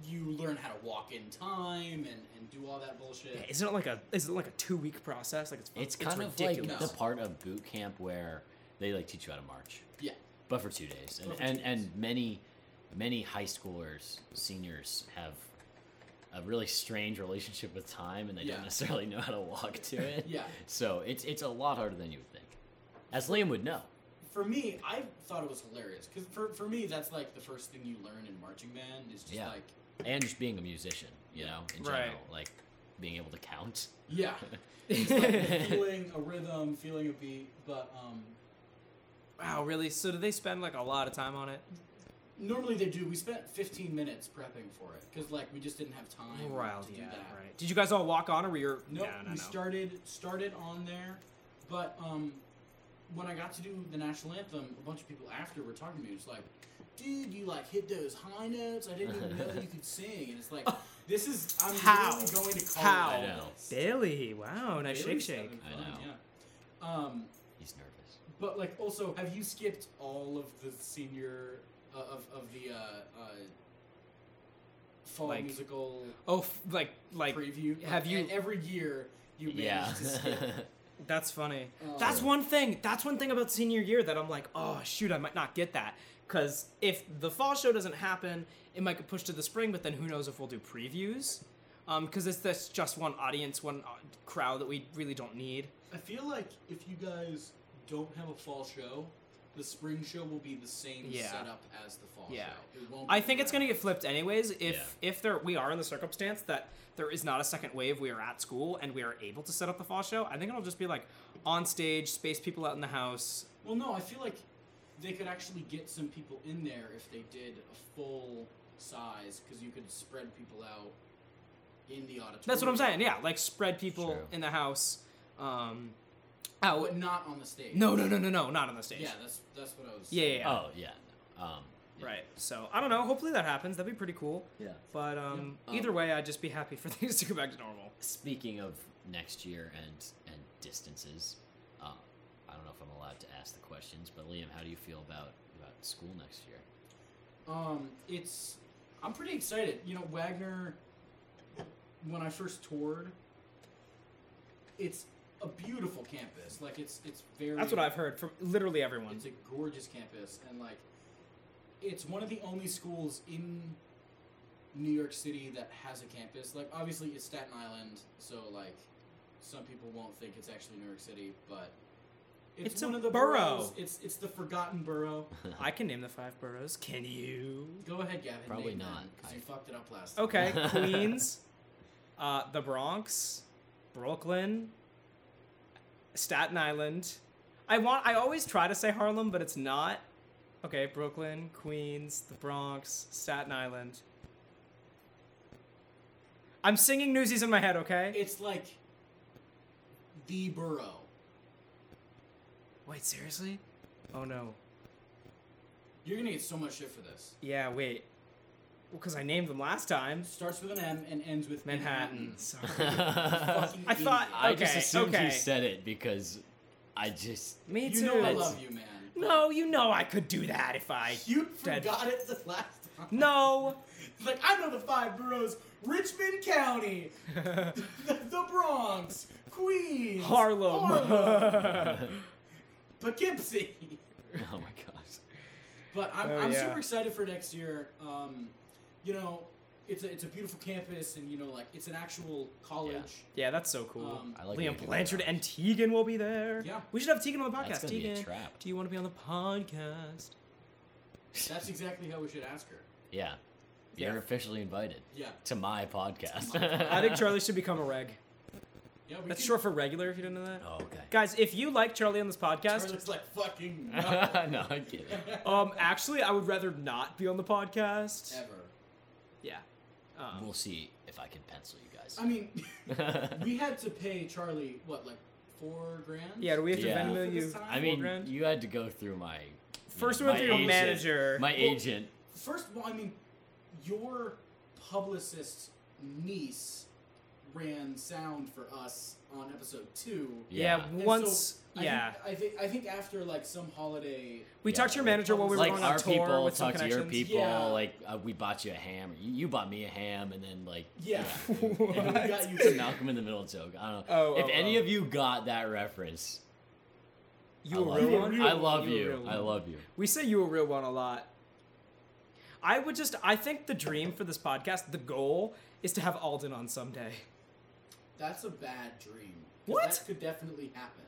Speaker 2: you learn how to walk in time and, and do all that bullshit.
Speaker 1: Yeah, isn't it like a is it like a two week process? Like it's it's
Speaker 3: it's kind of
Speaker 1: ridiculous.
Speaker 3: like the part of boot camp where they like teach you how to march.
Speaker 2: Yeah.
Speaker 3: but for two days, and
Speaker 2: But for
Speaker 3: and,
Speaker 2: two days.
Speaker 3: and many many high schoolers, seniors have a really strange relationship with time, and they
Speaker 2: Yeah.
Speaker 3: don't necessarily know how to walk to it.
Speaker 2: Yeah.
Speaker 3: So it's it's a lot harder than you would think, as Liam would know.
Speaker 2: For me, I thought it was hilarious because for, for me, that's like the first thing you learn in marching band is just
Speaker 3: Yeah.
Speaker 2: like,
Speaker 3: and just being a musician, you know, in
Speaker 1: Right.
Speaker 3: general, like being able to count.
Speaker 2: yeah, It's like feeling a rhythm, feeling a beat. But um,
Speaker 1: wow, really? So do they spend like a lot of time on it?
Speaker 2: normally they do. We spent 15 minutes prepping for it because like we just didn't have time
Speaker 1: Well,
Speaker 2: to
Speaker 1: yeah,
Speaker 2: do that.
Speaker 1: right. Did you guys all walk on or were you?
Speaker 2: Nope, we started started on there, but um, when I got to do the national anthem, a bunch of people after were talking to me. It's like, dude, you like hit those high notes. I didn't even know you could sing. And it's like, this is I'm
Speaker 1: How?
Speaker 2: literally going to college.
Speaker 1: How?
Speaker 3: I know.
Speaker 1: Billy, wow, nice shake
Speaker 2: Bailey's
Speaker 1: shake.
Speaker 2: having
Speaker 3: I
Speaker 2: fun,
Speaker 3: know.
Speaker 2: Yeah. Um,
Speaker 3: He's nervous.
Speaker 2: but like also, have you skipped all of the senior uh, of of the uh, uh, fall
Speaker 1: Like-
Speaker 2: musical
Speaker 1: Oh, f- like like
Speaker 2: preview?
Speaker 1: have
Speaker 2: Like,
Speaker 1: you-
Speaker 2: e- every year? you managed
Speaker 3: yeah.
Speaker 2: to skip.
Speaker 1: That's funny.
Speaker 3: Oh.
Speaker 2: Um,
Speaker 1: That's one thing. That's one thing about senior year that I'm like, oh shoot, I might not get that. Cause if the fall show doesn't happen, it might get pushed to the spring. But then who knows if we'll do previews? Um, cause it's that's just one audience, one uh, crowd that we really don't need.
Speaker 2: I feel like if you guys don't have a fall show, the spring show will be the same
Speaker 1: Yeah.
Speaker 2: setup as the fall
Speaker 1: Yeah.
Speaker 2: show. It won't
Speaker 1: I
Speaker 2: be
Speaker 1: think it's gonna
Speaker 2: around.
Speaker 1: get flipped anyways. If
Speaker 3: Yeah.
Speaker 1: if there we are in the circumstance that there is not a second wave, we are at school and we are able to set up the fall show. I think it'll just be like on stage, space people out in the house.
Speaker 2: Well, no, I feel like they could actually get some people in there if they did a full size because you could spread people out in the auditorium.
Speaker 1: That's what I'm saying. Yeah, like spread people
Speaker 3: True.
Speaker 1: in the house. Um, out
Speaker 2: But not on the stage.
Speaker 1: No, no, no, no, no, not on the stage.
Speaker 2: Yeah, that's that's what I was.
Speaker 1: yeah, yeah, yeah.
Speaker 3: Oh yeah. no. Um, yeah.
Speaker 1: Right. So I don't know. Hopefully that happens. That'd be pretty cool.
Speaker 3: Yeah.
Speaker 1: But um,
Speaker 3: Yeah. Um,
Speaker 1: either way, I'd just be happy for things to go back to normal.
Speaker 3: Speaking of next year and and distances, uh, I don't know if I'm allowed to ask the questions, but Liam, how do you feel about about school next year?
Speaker 2: Um, it's I'm pretty excited. You know, Wagner. When I first toured, it's a beautiful campus. Like it's it's very.
Speaker 1: That's what I've heard from literally everyone.
Speaker 2: It's a gorgeous campus, and like, it's one of the only schools in New York City that has a campus. Like, obviously, it's Staten Island, so like, some people won't think it's actually New York City, but it's,
Speaker 1: It's a
Speaker 2: one of the
Speaker 1: borough.
Speaker 2: boroughs. It's it's the forgotten borough.
Speaker 1: I can name the five boroughs. Can you?
Speaker 2: Go ahead, Gavin.
Speaker 3: Probably not.
Speaker 2: because
Speaker 3: I-
Speaker 2: you fucked it up last. time.
Speaker 1: Okay, Queens, uh, the Bronx, Brooklyn, Staten Island. I want. I always try to say Harlem, but it's not. Okay, Brooklyn, Queens, the Bronx, Staten Island. I'm singing Newsies in my head. Okay.
Speaker 2: It's like the borough.
Speaker 1: Wait, seriously? Oh no.
Speaker 2: You're gonna get so much shit for this.
Speaker 1: Yeah, wait. Because I named them last time.
Speaker 2: It starts with an M and ends with
Speaker 1: Manhattan. Sorry.
Speaker 2: Fucking
Speaker 1: I thought-
Speaker 2: idiot.
Speaker 3: I just
Speaker 1: Okay,
Speaker 3: assumed
Speaker 1: okay.
Speaker 3: you said it because I just
Speaker 1: Me too.
Speaker 2: you know I love you, man.
Speaker 1: No, you know I could do that if I.
Speaker 2: You
Speaker 1: Dead.
Speaker 2: forgot it the last time.
Speaker 1: No.
Speaker 2: It's like, I know the five boroughs Richmond County, the, the Bronx, Queens,
Speaker 1: Harlem.
Speaker 2: Harlem, Poughkeepsie.
Speaker 3: oh my gosh.
Speaker 2: But I'm,
Speaker 1: Oh,
Speaker 2: I'm
Speaker 1: yeah.
Speaker 2: super excited for next year. Um, you know, it's a, it's a beautiful campus, and, you know, like, it's an actual college.
Speaker 1: yeah, that's so cool.
Speaker 2: Um,
Speaker 3: I like
Speaker 1: Liam
Speaker 3: making
Speaker 1: Blanchard
Speaker 3: it.
Speaker 1: and Tegan will be there.
Speaker 2: Yeah.
Speaker 1: We should have Tegan on the
Speaker 3: That's
Speaker 1: podcast.
Speaker 3: gonna be a
Speaker 1: Tegan,
Speaker 3: trap.
Speaker 1: do you want to be on the podcast?
Speaker 2: That's exactly how we should ask her.
Speaker 3: Yeah. You're
Speaker 1: Yeah.
Speaker 3: officially invited
Speaker 2: Yeah.
Speaker 3: to my podcast.
Speaker 1: I think Charlie should become a reg.
Speaker 2: Yeah, we
Speaker 1: That's
Speaker 2: can-
Speaker 1: short for regular. If you didn't know that,
Speaker 3: Oh, okay.
Speaker 1: guys, if you like Charlie on this podcast,
Speaker 2: Charlotte's like, fucking no.
Speaker 3: no, I'm kidding.
Speaker 1: um, actually, I would rather not be on the podcast.
Speaker 2: Ever.
Speaker 1: Yeah. Um,
Speaker 3: We'll see if I can pencil you guys.
Speaker 2: I mean, we had to pay Charlie what, like four grand?
Speaker 1: Yeah, do we have to
Speaker 3: Yeah.
Speaker 1: Venmo
Speaker 2: For this
Speaker 1: you?
Speaker 2: time?
Speaker 3: I
Speaker 1: four
Speaker 3: mean,
Speaker 1: grand?
Speaker 3: you had to go through my you
Speaker 1: First
Speaker 3: know,
Speaker 1: we went
Speaker 3: my
Speaker 1: through your
Speaker 3: agent-
Speaker 1: manager.
Speaker 3: my
Speaker 2: Well-
Speaker 3: agent.
Speaker 2: First of all, I mean, your publicist's niece ran sound for us on episode two.
Speaker 1: yeah,
Speaker 3: Yeah,
Speaker 2: And
Speaker 1: once.
Speaker 2: so I
Speaker 1: yeah.
Speaker 2: think, I think I think after like some holiday.
Speaker 1: we
Speaker 3: yeah,
Speaker 1: talked to your manager while we were
Speaker 3: like
Speaker 1: going
Speaker 3: our
Speaker 1: on tour
Speaker 3: people
Speaker 1: with some
Speaker 3: talk to your
Speaker 1: connections.
Speaker 3: people.
Speaker 2: Yeah.
Speaker 3: Like uh, we bought you a ham. You, you bought me a ham, and then like
Speaker 2: Yeah.
Speaker 1: What?
Speaker 2: And we got you
Speaker 3: it's a Malcolm in the Middle joke. I don't know
Speaker 1: Oh,
Speaker 3: if
Speaker 1: oh,
Speaker 3: any
Speaker 1: oh.
Speaker 3: of you got that reference.
Speaker 1: You
Speaker 3: I
Speaker 1: a
Speaker 3: love
Speaker 1: real
Speaker 3: you.
Speaker 1: one?
Speaker 3: I love
Speaker 1: a
Speaker 3: you.
Speaker 1: real
Speaker 3: I
Speaker 1: one.
Speaker 3: love you.
Speaker 1: We say you a real one a lot. I would just. I think the dream for this podcast, the goal, is to have Alden on someday.
Speaker 2: That's a bad dream. 'Cause
Speaker 1: What?
Speaker 2: That could definitely happen.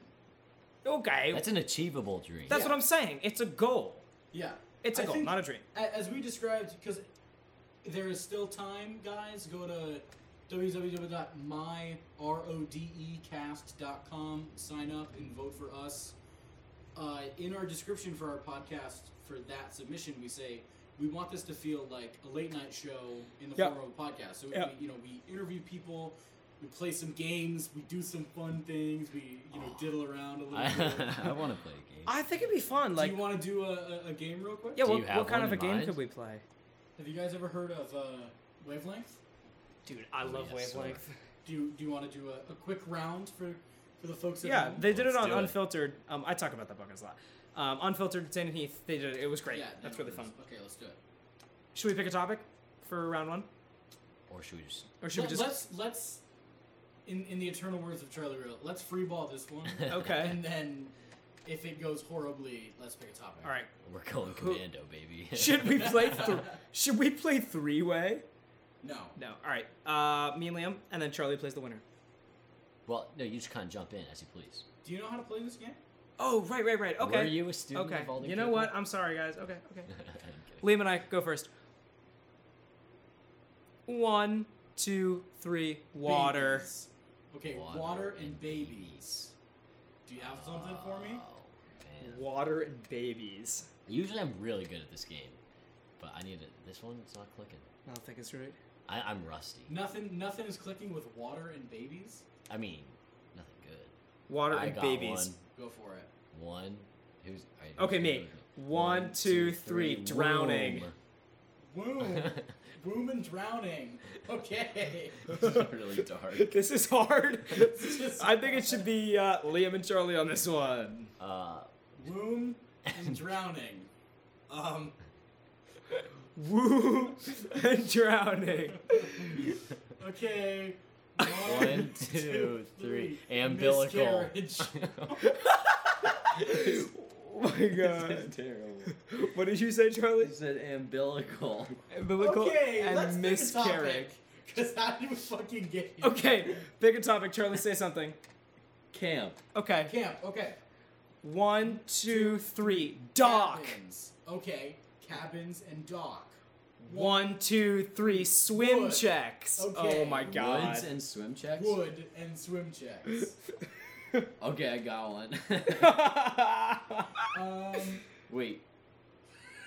Speaker 1: Okay. That's,
Speaker 3: That's an achievable dream.
Speaker 2: That's-
Speaker 1: what I'm saying. It's a goal.
Speaker 2: Yeah.
Speaker 1: It's a
Speaker 2: I
Speaker 1: goal,
Speaker 2: think-
Speaker 1: not a dream.
Speaker 2: A- As we described, because there is still time, guys. Go to E www.myrodecast.com. Sign up and vote for us. Uh, in our description for our podcast for that submission, we say we want this to feel like a late night show in the
Speaker 1: Yep.
Speaker 2: form of a podcast. So
Speaker 1: Yep.
Speaker 2: we, you know, we interview people. We play some games. We do some fun things. We, you know, diddle around a
Speaker 3: I,
Speaker 2: little bit.
Speaker 3: I want to play a game.
Speaker 1: I think it'd be fun. Like,
Speaker 2: do you want to do a, a, a game real quick?
Speaker 1: yeah.
Speaker 3: Do
Speaker 1: What,
Speaker 3: you have
Speaker 1: what kind
Speaker 3: one
Speaker 1: of a
Speaker 3: in
Speaker 1: game
Speaker 3: mind?
Speaker 1: could we play?
Speaker 2: Have you guys ever heard of uh, wavelength?
Speaker 1: Dude, I
Speaker 3: Oh,
Speaker 1: love
Speaker 3: yes, sir.
Speaker 1: wavelength.
Speaker 2: Do you do you want to do a, a quick round for for the folks? At
Speaker 1: Yeah,
Speaker 2: home?
Speaker 1: they did it
Speaker 3: Let's
Speaker 1: on
Speaker 3: do it.
Speaker 1: Unfiltered. Um, I talk about that podcast a lot. Um, unfiltered, Stan and Heath. They did it. It was great.
Speaker 2: Yeah,
Speaker 1: That's
Speaker 2: no
Speaker 1: really
Speaker 2: worries.
Speaker 1: fun.
Speaker 2: Okay, let's do it.
Speaker 1: Should we pick a topic for round one,
Speaker 3: or should we just?
Speaker 1: or should
Speaker 2: Let,
Speaker 1: we just?
Speaker 2: Let's let's in, in the eternal words of Charlie Real, let's free ball this one,
Speaker 1: Okay.
Speaker 2: and then if it goes horribly, let's pick a topic.
Speaker 1: All right.
Speaker 3: We're going
Speaker 1: Who-
Speaker 3: commando, baby.
Speaker 1: Should we play? Th- should we play three way?
Speaker 2: No.
Speaker 1: No. All right. Uh, me and Liam, and then Charlie plays the winner.
Speaker 3: well, no, you just kind of jump in as you please.
Speaker 2: Do you know how to play this game?
Speaker 1: Oh, right, right, right. Okay.
Speaker 3: Were you a student
Speaker 1: okay.
Speaker 3: of all the
Speaker 1: You know what? I'm sorry, guys. Okay. Okay.
Speaker 3: I'm kidding.
Speaker 1: Liam and I go first. One, two, three. Water.
Speaker 2: Babies. Okay, water, and babies. Do you have something for me?
Speaker 3: Oh, man.
Speaker 1: Water and babies.
Speaker 3: Usually I'm really good at this game, but I need it. This one's not clicking.
Speaker 1: I don't think it's right.
Speaker 3: I, I'm rusty.
Speaker 2: Nothing. Nothing is clicking with water and babies.
Speaker 3: I mean, nothing good.
Speaker 1: Water
Speaker 3: I
Speaker 1: and
Speaker 3: got
Speaker 1: babies.
Speaker 2: Go for it.
Speaker 3: One. One. Who's? all right,
Speaker 1: Okay,
Speaker 3: who's
Speaker 1: me.
Speaker 3: doing it?
Speaker 1: One, two, three. Drowning.
Speaker 2: Womb,
Speaker 3: Womb.
Speaker 2: womb and drowning. Okay.
Speaker 3: really dark.
Speaker 1: This is hard.
Speaker 2: This is-
Speaker 1: I think it should be uh, Liam and Charlie on this one.
Speaker 3: Uh,
Speaker 2: Womb and drowning. Um.
Speaker 1: Woo and drowning.
Speaker 2: Okay.
Speaker 3: one, two, three. Umbilical.
Speaker 2: Miscarriage.
Speaker 1: oh my god.
Speaker 3: terrible.
Speaker 1: What did you say, Charlie?
Speaker 3: said umbilical.
Speaker 1: Umbilical
Speaker 2: Okay, let's
Speaker 1: and
Speaker 2: miscarriage.
Speaker 1: miscarriage.
Speaker 2: Because how did we fucking get here?
Speaker 1: Okay, pick a topic. Charlie, say something.
Speaker 3: Camp.
Speaker 1: Okay.
Speaker 2: Camp. Okay.
Speaker 1: One, two, three. Dock.
Speaker 2: Cabins. Okay. Cabins and dock.
Speaker 1: One, two, three. Swim
Speaker 2: Wood.
Speaker 1: checks.
Speaker 2: Okay.
Speaker 1: Oh my god.
Speaker 3: Woods and swim checks.
Speaker 2: Wood and swim checks.
Speaker 3: Okay, I got one.
Speaker 2: Um.
Speaker 3: Wait.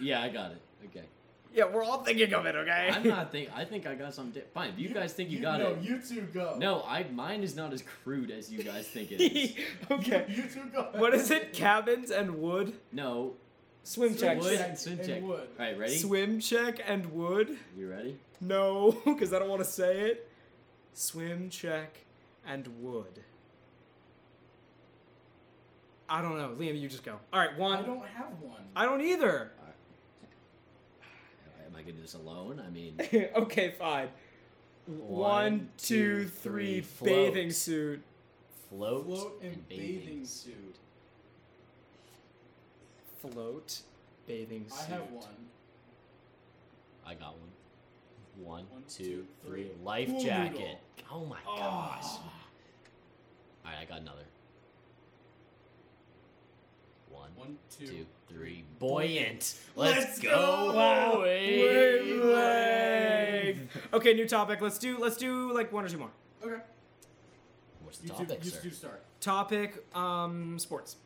Speaker 3: Yeah, I got it. Okay.
Speaker 1: yeah, we're all thinking of it, okay?
Speaker 3: I'm not think. I think I got something. di- Fine. if You guys think you got
Speaker 2: no,
Speaker 3: it?
Speaker 2: you two go.
Speaker 3: No, I. Mine is not as crude as you guys think it is.
Speaker 1: okay.
Speaker 2: You, you two go.
Speaker 1: What is it? Cabins and wood?
Speaker 3: No.
Speaker 1: Swim checks.
Speaker 3: Wood
Speaker 2: check
Speaker 3: and swim
Speaker 2: and
Speaker 3: check. All
Speaker 2: wood.
Speaker 3: right, ready?
Speaker 1: Swim check and wood?
Speaker 3: You ready?
Speaker 1: No, because I don't want to say it. Swim check and wood. I don't know. Liam, you just go. All right, one.
Speaker 2: I don't have one.
Speaker 1: I don't either.
Speaker 3: Am I gonna do this alone? I mean,
Speaker 1: okay, fine. One, two, three.
Speaker 3: float.
Speaker 1: Bathing suit.
Speaker 3: Float,
Speaker 2: Float and, bathing,
Speaker 3: suit.
Speaker 2: suit.
Speaker 1: Float. Bathing suit.
Speaker 2: I have one.
Speaker 3: I got one. One,
Speaker 2: One,
Speaker 3: two,
Speaker 2: two,
Speaker 3: three.
Speaker 2: three.
Speaker 3: Life
Speaker 2: Pool
Speaker 3: jacket.
Speaker 2: noodle.
Speaker 3: Oh my
Speaker 2: Oh.
Speaker 3: gosh. All right, I got another. One,
Speaker 2: One, two,
Speaker 3: two, three.
Speaker 2: Buoyant.
Speaker 3: Buoyant. Let's,
Speaker 2: Let's
Speaker 3: go.
Speaker 2: go.
Speaker 1: Wow.
Speaker 3: wave,
Speaker 1: Wave,
Speaker 3: wave.
Speaker 1: Okay, new topic. Let's do let's do like one or two more.
Speaker 2: Okay.
Speaker 3: What's the
Speaker 2: You
Speaker 3: topic,
Speaker 2: two,
Speaker 3: sir?
Speaker 2: you two start.
Speaker 1: Topic um sports.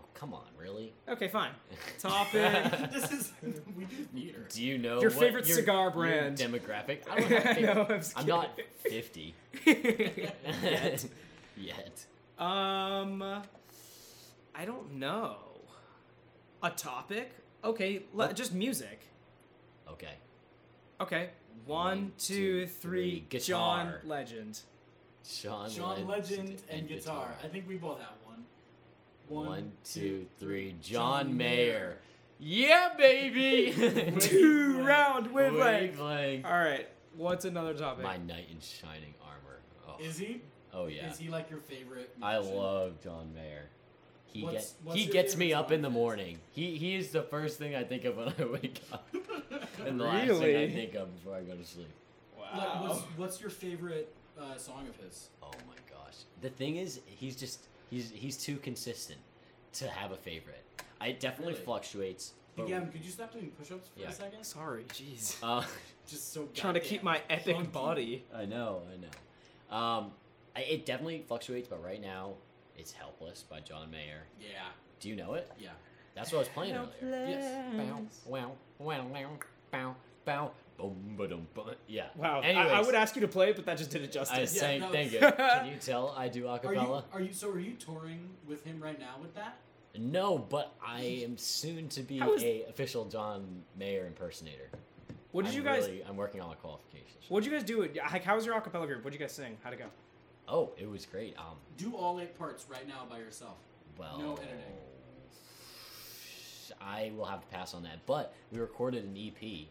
Speaker 3: Oh, come on, really?
Speaker 1: Okay, fine. Topic.
Speaker 2: this is we do theater.
Speaker 3: Do you know
Speaker 1: Your
Speaker 3: what
Speaker 1: favorite cigar brand.
Speaker 3: Your demographic? I don't have
Speaker 1: I
Speaker 3: favorite-
Speaker 1: know, I'm, just
Speaker 3: I'm not
Speaker 1: kidding.
Speaker 3: 50
Speaker 1: Yet.
Speaker 3: Yet.
Speaker 1: Um, I don't know. A topic? Okay, le- just music.
Speaker 3: Okay.
Speaker 1: Okay,
Speaker 3: One,
Speaker 1: one,
Speaker 3: two,
Speaker 1: two, three.
Speaker 3: three.
Speaker 1: John
Speaker 3: Guitar.
Speaker 1: Legend.
Speaker 3: Sean,
Speaker 2: John Legend and guitar. I think we both have one.
Speaker 3: One, two, three.
Speaker 2: John
Speaker 3: John Mayer. Yeah, baby.
Speaker 1: Two
Speaker 2: Wavelength.
Speaker 1: round
Speaker 3: Wave
Speaker 1: wavelength.
Speaker 3: leg.
Speaker 1: All right, what's another topic?
Speaker 3: My knight in shining armor. Oh,
Speaker 2: Is he?
Speaker 3: oh yeah.
Speaker 2: Is he like your favorite?
Speaker 3: I
Speaker 2: musician?
Speaker 3: love John Mayer. He
Speaker 2: What's-
Speaker 3: gets
Speaker 2: what's
Speaker 3: he
Speaker 2: your
Speaker 3: gets me
Speaker 2: favorite
Speaker 3: up in
Speaker 2: John
Speaker 3: the
Speaker 2: Mayer?
Speaker 3: morning. He he is the first thing I think of when I wake up, and the last thing I
Speaker 1: Really?
Speaker 3: think of before I go to sleep.
Speaker 2: Like, what's, what's your favorite uh, song of his?
Speaker 3: Oh my gosh. The thing is, he's just he's he's too consistent to have a favorite. I it definitely
Speaker 2: Really?
Speaker 3: fluctuates. but-
Speaker 2: Again, could you stop doing push-ups for
Speaker 3: Oh. Yeah.
Speaker 2: a second?
Speaker 1: Sorry, jeez.
Speaker 3: Uh,
Speaker 2: Just so
Speaker 1: Trying to
Speaker 2: goddamn
Speaker 1: keep my epic
Speaker 2: clunky.
Speaker 1: body.
Speaker 3: I know, I know. Um, I, it definitely fluctuates, but right now it's "Helpless" by John Mayer.
Speaker 2: Yeah,
Speaker 3: Do you know it?
Speaker 2: yeah.
Speaker 3: That's what I was playing earlier.
Speaker 2: Yes.
Speaker 3: Bow, wow, wow, wow, bow, bow, boom, ba-dum, ba- Yeah.
Speaker 1: Wow. I-
Speaker 3: Anyways,
Speaker 1: I, would ask you to play it, but that just did it
Speaker 3: I
Speaker 1: justice.
Speaker 2: Yeah,
Speaker 3: sang.
Speaker 2: no.
Speaker 3: Thank you. Can you tell I do
Speaker 2: Are you,
Speaker 3: acapella?
Speaker 2: are you? So are you touring with him right now with that?
Speaker 3: No, but I am soon to be
Speaker 1: How is-
Speaker 3: a official John Mayer impersonator.
Speaker 1: what did
Speaker 3: I'm
Speaker 1: you guys?
Speaker 3: really- I'm working on my qualifications.
Speaker 1: What did you guys do? Like, how was your acapella group? What did you guys sing? How'd it go?
Speaker 3: Oh, it was great. Um,
Speaker 2: Do all eight parts right now by yourself.
Speaker 3: well,
Speaker 2: No editing.
Speaker 3: I will have to pass on that. But we recorded an EP, E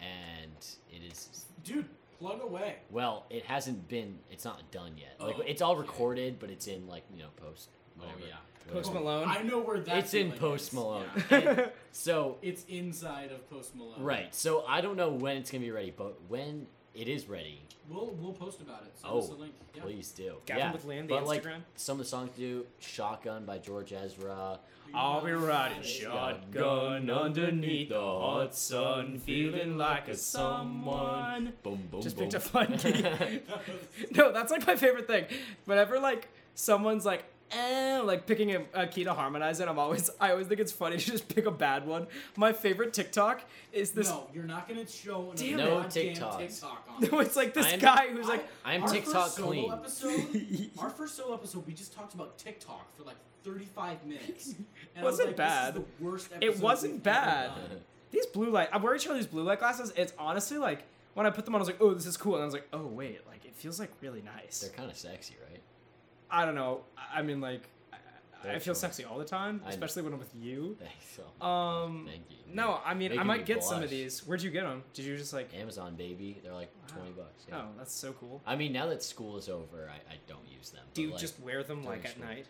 Speaker 3: and it is
Speaker 2: Dude, Plug away.
Speaker 3: Well, it hasn't been. It's not done yet. Like
Speaker 2: Oh,
Speaker 3: it's all
Speaker 2: okay.
Speaker 3: recorded, but it's in like you know post.
Speaker 2: Oh
Speaker 3: Whatever.
Speaker 2: yeah.
Speaker 3: whatever.
Speaker 1: Post Malone.
Speaker 2: I know where that.
Speaker 3: It's in
Speaker 2: feeling
Speaker 3: Post
Speaker 2: is.
Speaker 3: Malone.
Speaker 2: Yeah.
Speaker 3: So
Speaker 2: It's inside of Post Malone.
Speaker 3: right. So I don't know when it's gonna be ready, but when it is ready,
Speaker 2: We'll we'll post about it. Send
Speaker 3: Oh,
Speaker 2: us a link. Yeah.
Speaker 3: please do.
Speaker 1: Gavin
Speaker 3: yeah.
Speaker 1: with Land, the
Speaker 3: but like
Speaker 1: Instagram.
Speaker 3: some of the songs do "Shotgun" by George Ezra.
Speaker 1: I'll be riding
Speaker 2: Yeah.
Speaker 1: shotgun underneath the hot sun, feeling like a someone.
Speaker 3: Boom boom.
Speaker 1: Just
Speaker 3: boom.
Speaker 1: picked a fun key. no, that's like my favorite thing. Whenever like someone's like, eh, like picking a, a key to harmonize it, I'm always, I always think it's funny to just pick a bad one. My favorite TikTok is this.
Speaker 2: no, you're not gonna show an
Speaker 1: Damn
Speaker 3: No
Speaker 2: goddamn
Speaker 3: TikToks.
Speaker 2: TikTok on.
Speaker 1: No, it's like this
Speaker 3: I'm-
Speaker 1: guy who's like,
Speaker 3: I'm
Speaker 2: our
Speaker 3: TikTok
Speaker 2: first solo
Speaker 3: clean.
Speaker 2: Episode, our first solo episode, we just talked about TikTok for like 35 minutes. And I was
Speaker 1: Wasn't
Speaker 2: like,
Speaker 1: bad.
Speaker 2: This is the worst episode
Speaker 1: wasn't
Speaker 2: we've ever
Speaker 1: bad.
Speaker 2: done.
Speaker 1: these blue light. I'm wearing each other's blue light glasses. It's honestly like when I put them on, I was like, oh, this is cool, and I was like, oh wait, like it feels like really nice.
Speaker 3: They're kind of sexy, right?
Speaker 1: I don't know. I I mean, like, I- I, I
Speaker 3: They're
Speaker 1: feel
Speaker 3: cool.
Speaker 1: sexy all the time,
Speaker 3: I-
Speaker 1: especially when I'm with you.
Speaker 3: Thanks. so much.
Speaker 1: Um,
Speaker 3: Thank you.
Speaker 1: no, I mean, I
Speaker 3: Making
Speaker 1: might
Speaker 3: me
Speaker 1: get some of
Speaker 3: blush.
Speaker 1: these. Where'd you get them? Did you just like?
Speaker 3: Amazon baby, they're like
Speaker 1: Wow.
Speaker 3: twenty bucks. Yeah.
Speaker 1: Oh, that's so cool.
Speaker 3: I mean, now that school is over, I, I don't use them.
Speaker 1: Do
Speaker 3: but,
Speaker 1: you
Speaker 3: like,
Speaker 1: just wear them
Speaker 3: during
Speaker 1: like at
Speaker 3: school.
Speaker 1: night?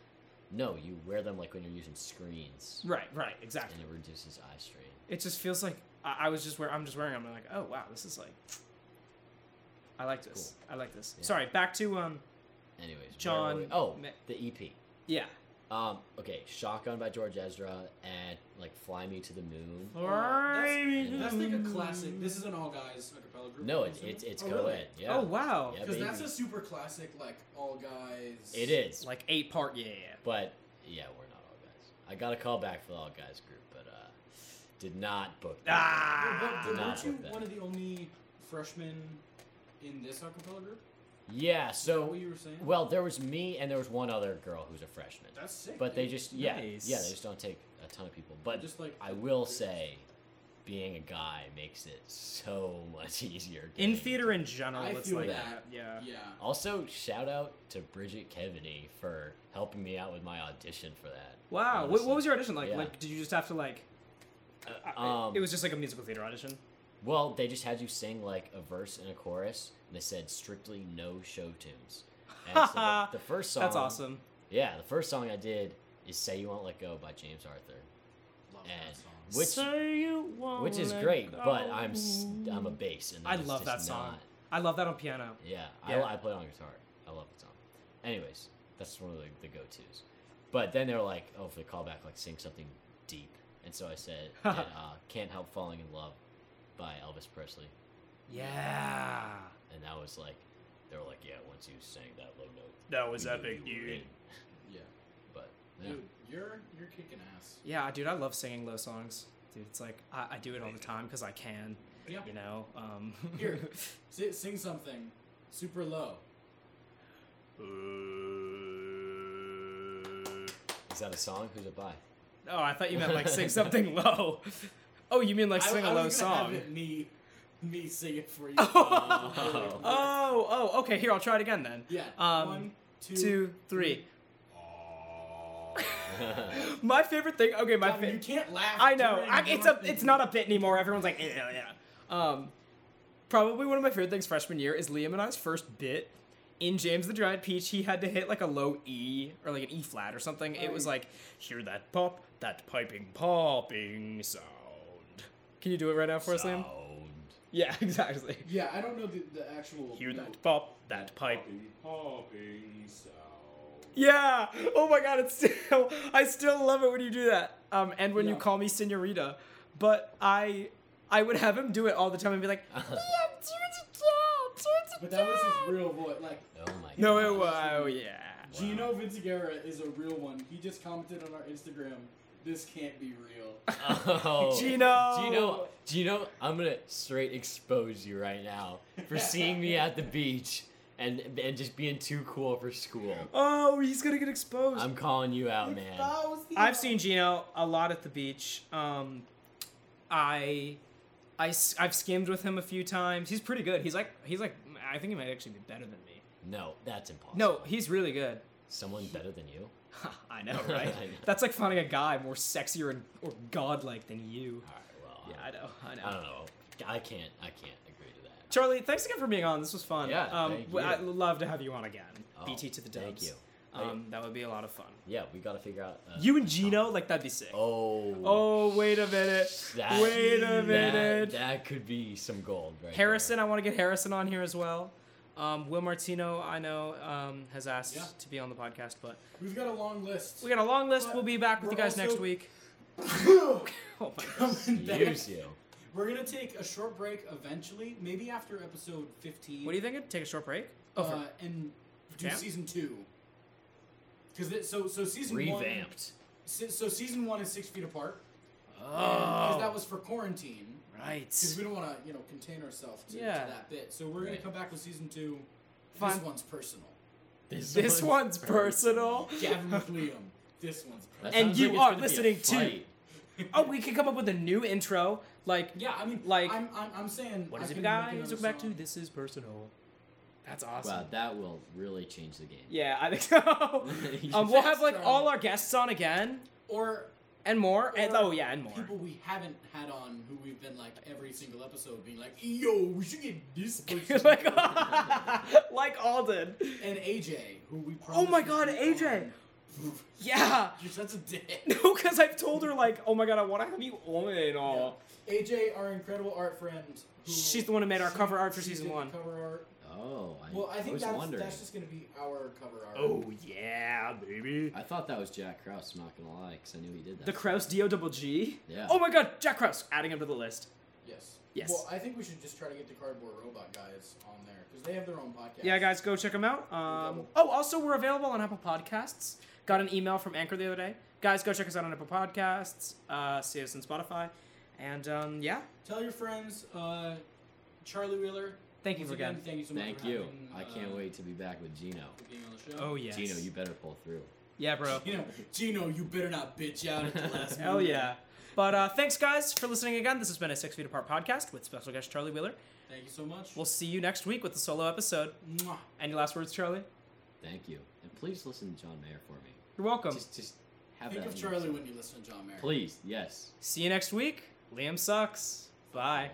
Speaker 3: No, you wear them like when you're using screens,
Speaker 1: Right, right,
Speaker 3: and
Speaker 1: exactly.
Speaker 3: it reduces eye strain.
Speaker 1: It just feels like I, I was just where I'm just wearing. them. I'm like, oh wow, this is like. I like this. I like this.
Speaker 3: Yeah.
Speaker 1: Sorry, back to um.
Speaker 3: Anyways, where were
Speaker 1: John
Speaker 3: we? Oh,
Speaker 1: Ma-
Speaker 3: the EP.
Speaker 1: Yeah.
Speaker 3: Um, okay, Shotgun by George Ezra and like Fly Me to the Moon.
Speaker 2: Well, That's like a
Speaker 1: Mm.
Speaker 2: classic. This is an all guys acapella group.
Speaker 3: No,
Speaker 2: I'm
Speaker 3: it's
Speaker 2: assuming?
Speaker 3: it's, it's
Speaker 2: oh,
Speaker 3: co-ed.
Speaker 2: Really?
Speaker 3: Yeah.
Speaker 1: Oh wow.
Speaker 3: Yeah,
Speaker 2: Because
Speaker 3: baby.
Speaker 2: that's a super classic, like all guys.
Speaker 3: it is.
Speaker 1: It's like eight part. Yeah.
Speaker 3: But yeah, we're not all guys. I got a call back for the all guys group, but uh, did not book. that.
Speaker 1: Ah!
Speaker 2: Well, but,
Speaker 3: Did
Speaker 2: but
Speaker 3: not
Speaker 2: weren't you
Speaker 3: book that.
Speaker 2: one of the only freshmen in this acapella group?
Speaker 3: Yeah.
Speaker 2: Is that
Speaker 3: So
Speaker 2: what you were saying?
Speaker 3: Well, there was me and there was one other girl who's a freshman.
Speaker 2: that's sick.
Speaker 3: But they
Speaker 2: dude.
Speaker 3: just yeah
Speaker 1: Nice.
Speaker 3: yeah they just don't take a ton of people. But
Speaker 2: just like
Speaker 3: I will say, being a guy makes it so much easier.
Speaker 1: In
Speaker 3: getting-
Speaker 1: theater in general,
Speaker 2: I
Speaker 1: it's
Speaker 2: feel
Speaker 1: like
Speaker 2: that.
Speaker 1: Yeah.
Speaker 2: Yeah.
Speaker 3: Also, shout out to Bridget Kevany for helping me out with my audition for that.
Speaker 1: Wow. What,
Speaker 3: Honestly.
Speaker 1: what was your audition like?
Speaker 3: Yeah.
Speaker 1: Like, did you just have to like? I-
Speaker 3: Um,
Speaker 1: it was just like a musical theater audition.
Speaker 3: Well, they just had you sing like a verse and a chorus, and they said strictly no show tunes. And so the, the first song
Speaker 1: That's awesome.
Speaker 3: Yeah, the first song I did is "Say You Won't Let Go" by James Arthur,
Speaker 2: Love that
Speaker 3: and
Speaker 2: song.
Speaker 3: which
Speaker 1: Say you won't
Speaker 3: which is
Speaker 1: Oh, let
Speaker 3: great,
Speaker 1: go.
Speaker 3: but I'm s- I'm a bass, and
Speaker 1: I
Speaker 3: that's
Speaker 1: love that
Speaker 3: just
Speaker 1: song.
Speaker 3: not-
Speaker 1: I love that on piano.
Speaker 3: yeah,
Speaker 1: Yeah.
Speaker 3: I, I play it on guitar. I love that song. Anyways, that's one of the, the go tos. But then they're like, oh, for the callback, like sing something deep, and so I said, did, uh, "Can't Help Falling in Love" by Elvis Presley,
Speaker 1: Yeah.
Speaker 3: and that was like, they were like, yeah, once you sang that low note,
Speaker 1: That
Speaker 3: you knew you were in.
Speaker 2: Yeah.
Speaker 3: But yeah.
Speaker 2: Dude, you're you're kicking ass.
Speaker 1: Yeah, dude, I love singing low songs. Dude, it's like I, I do it all the time because I can.
Speaker 2: Yeah.
Speaker 1: You know. Um,
Speaker 2: Here. Si- sing something super low.
Speaker 3: is that a song? Who's it by?
Speaker 1: oh, I thought you meant like sing something low. Oh, you mean like
Speaker 2: I-
Speaker 1: sing a
Speaker 2: I
Speaker 1: low
Speaker 2: was gonna have
Speaker 1: song?
Speaker 2: it me me sing it for you.
Speaker 1: Oh. Oh, oh, okay. Here, I'll try it again then.
Speaker 2: Yeah.
Speaker 1: Um,
Speaker 2: One, two,
Speaker 1: Two, three.
Speaker 3: I
Speaker 1: My favorite thing. Okay, my
Speaker 2: Gavin, you
Speaker 1: favorite.
Speaker 2: can't laugh.
Speaker 1: I know.
Speaker 2: during
Speaker 1: I,
Speaker 2: your
Speaker 1: it's a.
Speaker 2: thing.
Speaker 1: It's not a bit anymore. Everyone's like, yeah, yeah. Um, probably one of my favorite things freshman year is Liam and I's first bit in James the Giant Peach. He had to hit like a low E or like an E flat or something. It was like, hear that pop, that piping popping sound. Can you do it right now for us, Liam?
Speaker 3: Sound.
Speaker 1: Yeah, exactly.
Speaker 2: Yeah, I don't know the, the actual.
Speaker 1: Hear
Speaker 2: note.
Speaker 1: that pop, that pipe.
Speaker 2: Popping sound.
Speaker 1: Yeah. Oh my god, it's still I still love it when you do that. Um and when you
Speaker 2: Yeah.
Speaker 1: call me senorita. But I I would have him do it all the time and be like, Liam,
Speaker 3: Uh-huh.
Speaker 1: do it again, do
Speaker 2: But
Speaker 1: it
Speaker 2: that
Speaker 1: again.
Speaker 2: was his real voice. Like,
Speaker 3: Oh my god.
Speaker 1: No it was oh yeah.
Speaker 2: Gino Vinciguerra is a real one. He just commented on our Instagram, this can't be real.
Speaker 3: Oh.
Speaker 1: Gino
Speaker 3: Gino, Gino, I'm gonna straight expose you right now for seeing me at the beach and and just being too cool for school.
Speaker 1: Oh, he's gonna get exposed.
Speaker 3: I'm calling you out, man.
Speaker 1: I've seen Gino a lot at the beach. Um, I, I, have skimmed with him a few times. He's pretty good. He's like, he's like, I think he might actually be better than me.
Speaker 3: No, that's impossible.
Speaker 1: No, he's really good.
Speaker 3: someone better than you.
Speaker 1: I know, right?
Speaker 3: I know.
Speaker 1: That's like finding a guy more sexier and or godlike than you.
Speaker 3: All right, well,
Speaker 1: Yeah, I know, I know.
Speaker 3: I don't know. I can't. I can't agree to that.
Speaker 1: Charlie, thanks again for being on. This was fun.
Speaker 3: Yeah,
Speaker 1: um,
Speaker 3: thank
Speaker 1: w-
Speaker 3: you.
Speaker 1: I'd love to have you on again.
Speaker 3: Oh,
Speaker 1: BT to the dubs.
Speaker 3: Thank you.
Speaker 1: Um, that would be a lot of fun.
Speaker 3: Yeah, we got to figure out. Uh,
Speaker 1: You and Gino, like that'd be sick.
Speaker 3: Oh.
Speaker 1: Oh, wait a minute.
Speaker 3: That,
Speaker 1: wait a
Speaker 3: that-
Speaker 1: minute.
Speaker 3: That, could be some gold, right?
Speaker 1: Harrison,
Speaker 3: there.
Speaker 1: I want to get Harrison on here as well. Um, Will Martino, I know, um, has asked
Speaker 2: Yeah.
Speaker 1: to be on the podcast, but
Speaker 2: We've got a long list.
Speaker 1: we got a long list.
Speaker 2: But
Speaker 1: We'll be back with you
Speaker 2: we're
Speaker 1: guys
Speaker 2: also-
Speaker 1: next week. Oh my God.
Speaker 2: Coming back.
Speaker 3: Use you.
Speaker 2: We're gonna take a short break eventually, maybe after episode fifteen.
Speaker 1: What do you think? Take a short break.
Speaker 2: uh,
Speaker 1: Oh, for-
Speaker 2: and do
Speaker 1: Champ?
Speaker 2: season two. Because so so season one
Speaker 3: Revamped.
Speaker 2: se- so season one is six feet apart.
Speaker 1: oh,
Speaker 2: Because that was for quarantine. Because
Speaker 1: right.
Speaker 2: we don't want to, you know, contain ourselves to, to
Speaker 1: Yeah.
Speaker 2: that bit. So we're gonna
Speaker 3: Right.
Speaker 2: come back with season two.
Speaker 1: Fine.
Speaker 2: This one's personal.
Speaker 1: This one's personal.
Speaker 2: Gavin McLeod. This one's
Speaker 3: That
Speaker 2: personal.
Speaker 1: And
Speaker 3: sounds
Speaker 1: you
Speaker 3: like it's
Speaker 1: are
Speaker 3: gonna be a
Speaker 1: listening to-
Speaker 3: fight.
Speaker 1: Oh, we could come up with a new intro. Like,
Speaker 2: Yeah, I mean,
Speaker 1: Like-
Speaker 2: like I'm, I'm, I'm saying.
Speaker 1: what
Speaker 2: I
Speaker 1: is it,
Speaker 2: can
Speaker 1: guys?
Speaker 2: make
Speaker 1: Welcome
Speaker 2: another
Speaker 1: back to
Speaker 2: song.
Speaker 1: This Is Personal. That's awesome.
Speaker 3: Wow, that will really change the game.
Speaker 1: Yeah, I think so. um, we'll have like all our guests on again
Speaker 2: Or
Speaker 1: and more. And
Speaker 2: Or
Speaker 1: oh yeah, and more.
Speaker 2: people we haven't had on who we've been like every single episode being like, yo, we should get this person.
Speaker 1: like, like Alden.
Speaker 2: and AJ, who we
Speaker 1: Oh
Speaker 2: promised
Speaker 1: my
Speaker 2: we'd
Speaker 1: God,
Speaker 2: get
Speaker 1: AJ.
Speaker 2: on.
Speaker 1: Yeah.
Speaker 2: You're such a dick.
Speaker 1: No, because I've told her like, oh my god, I want to have you on and all.
Speaker 2: AJ, our incredible art friend. Who
Speaker 1: She's the one who made our
Speaker 2: she-
Speaker 1: cover art for
Speaker 2: she
Speaker 1: season
Speaker 2: did the
Speaker 1: one.
Speaker 2: Cover art.
Speaker 3: Oh, I,
Speaker 2: Well, I think
Speaker 3: was
Speaker 2: that's,
Speaker 3: wondering.
Speaker 2: that's just gonna be our cover art.
Speaker 1: Oh. yeah, baby.
Speaker 3: I thought that was Jack Krause. I'm not gonna lie, because I knew he did that.
Speaker 1: The Kraus D O double G.
Speaker 3: yeah.
Speaker 1: Oh my god, Jack Kraus. Adding him to the list.
Speaker 2: Yes.
Speaker 1: Yes.
Speaker 2: Well, I think we should just try to get the Cardboard Robot guys on there because they have their own podcast.
Speaker 1: Yeah, guys, go check them out. Um, oh, also, we're available on Apple Podcasts. Got an email from Anchor the other day. Guys, go check us out on Apple Podcasts. Uh, see us on Spotify. And um, yeah,
Speaker 2: Tell your friends. Uh, Charlie Wheeler.
Speaker 1: thank you
Speaker 2: once
Speaker 1: for again.
Speaker 2: Thank you so much.
Speaker 3: Thank
Speaker 2: for
Speaker 3: you.
Speaker 2: having,
Speaker 3: I
Speaker 2: uh,
Speaker 3: can't wait to be back with Gino.
Speaker 2: For being on the show.
Speaker 1: Oh yes.
Speaker 3: Gino, you better pull through.
Speaker 1: Yeah, bro.
Speaker 2: Gino, Gino, you better not bitch out at the last.
Speaker 1: Hell
Speaker 2: moment.
Speaker 1: yeah. But uh, thanks, guys, for listening again. This has been a Six Feet Apart podcast with special guest Charlie Wheeler.
Speaker 2: Thank you so much.
Speaker 1: We'll see you next week with the solo episode.
Speaker 2: Mwah.
Speaker 1: Any last words, Charlie?
Speaker 3: Thank you, and please listen to John Mayer for me.
Speaker 1: You're welcome.
Speaker 3: Just, just have
Speaker 2: Think
Speaker 3: that
Speaker 2: of
Speaker 3: in
Speaker 2: Charlie
Speaker 3: yourself.
Speaker 2: when you listen to John Mayer.
Speaker 3: Please, yes.
Speaker 1: See you next week. Liam sucks. Bye.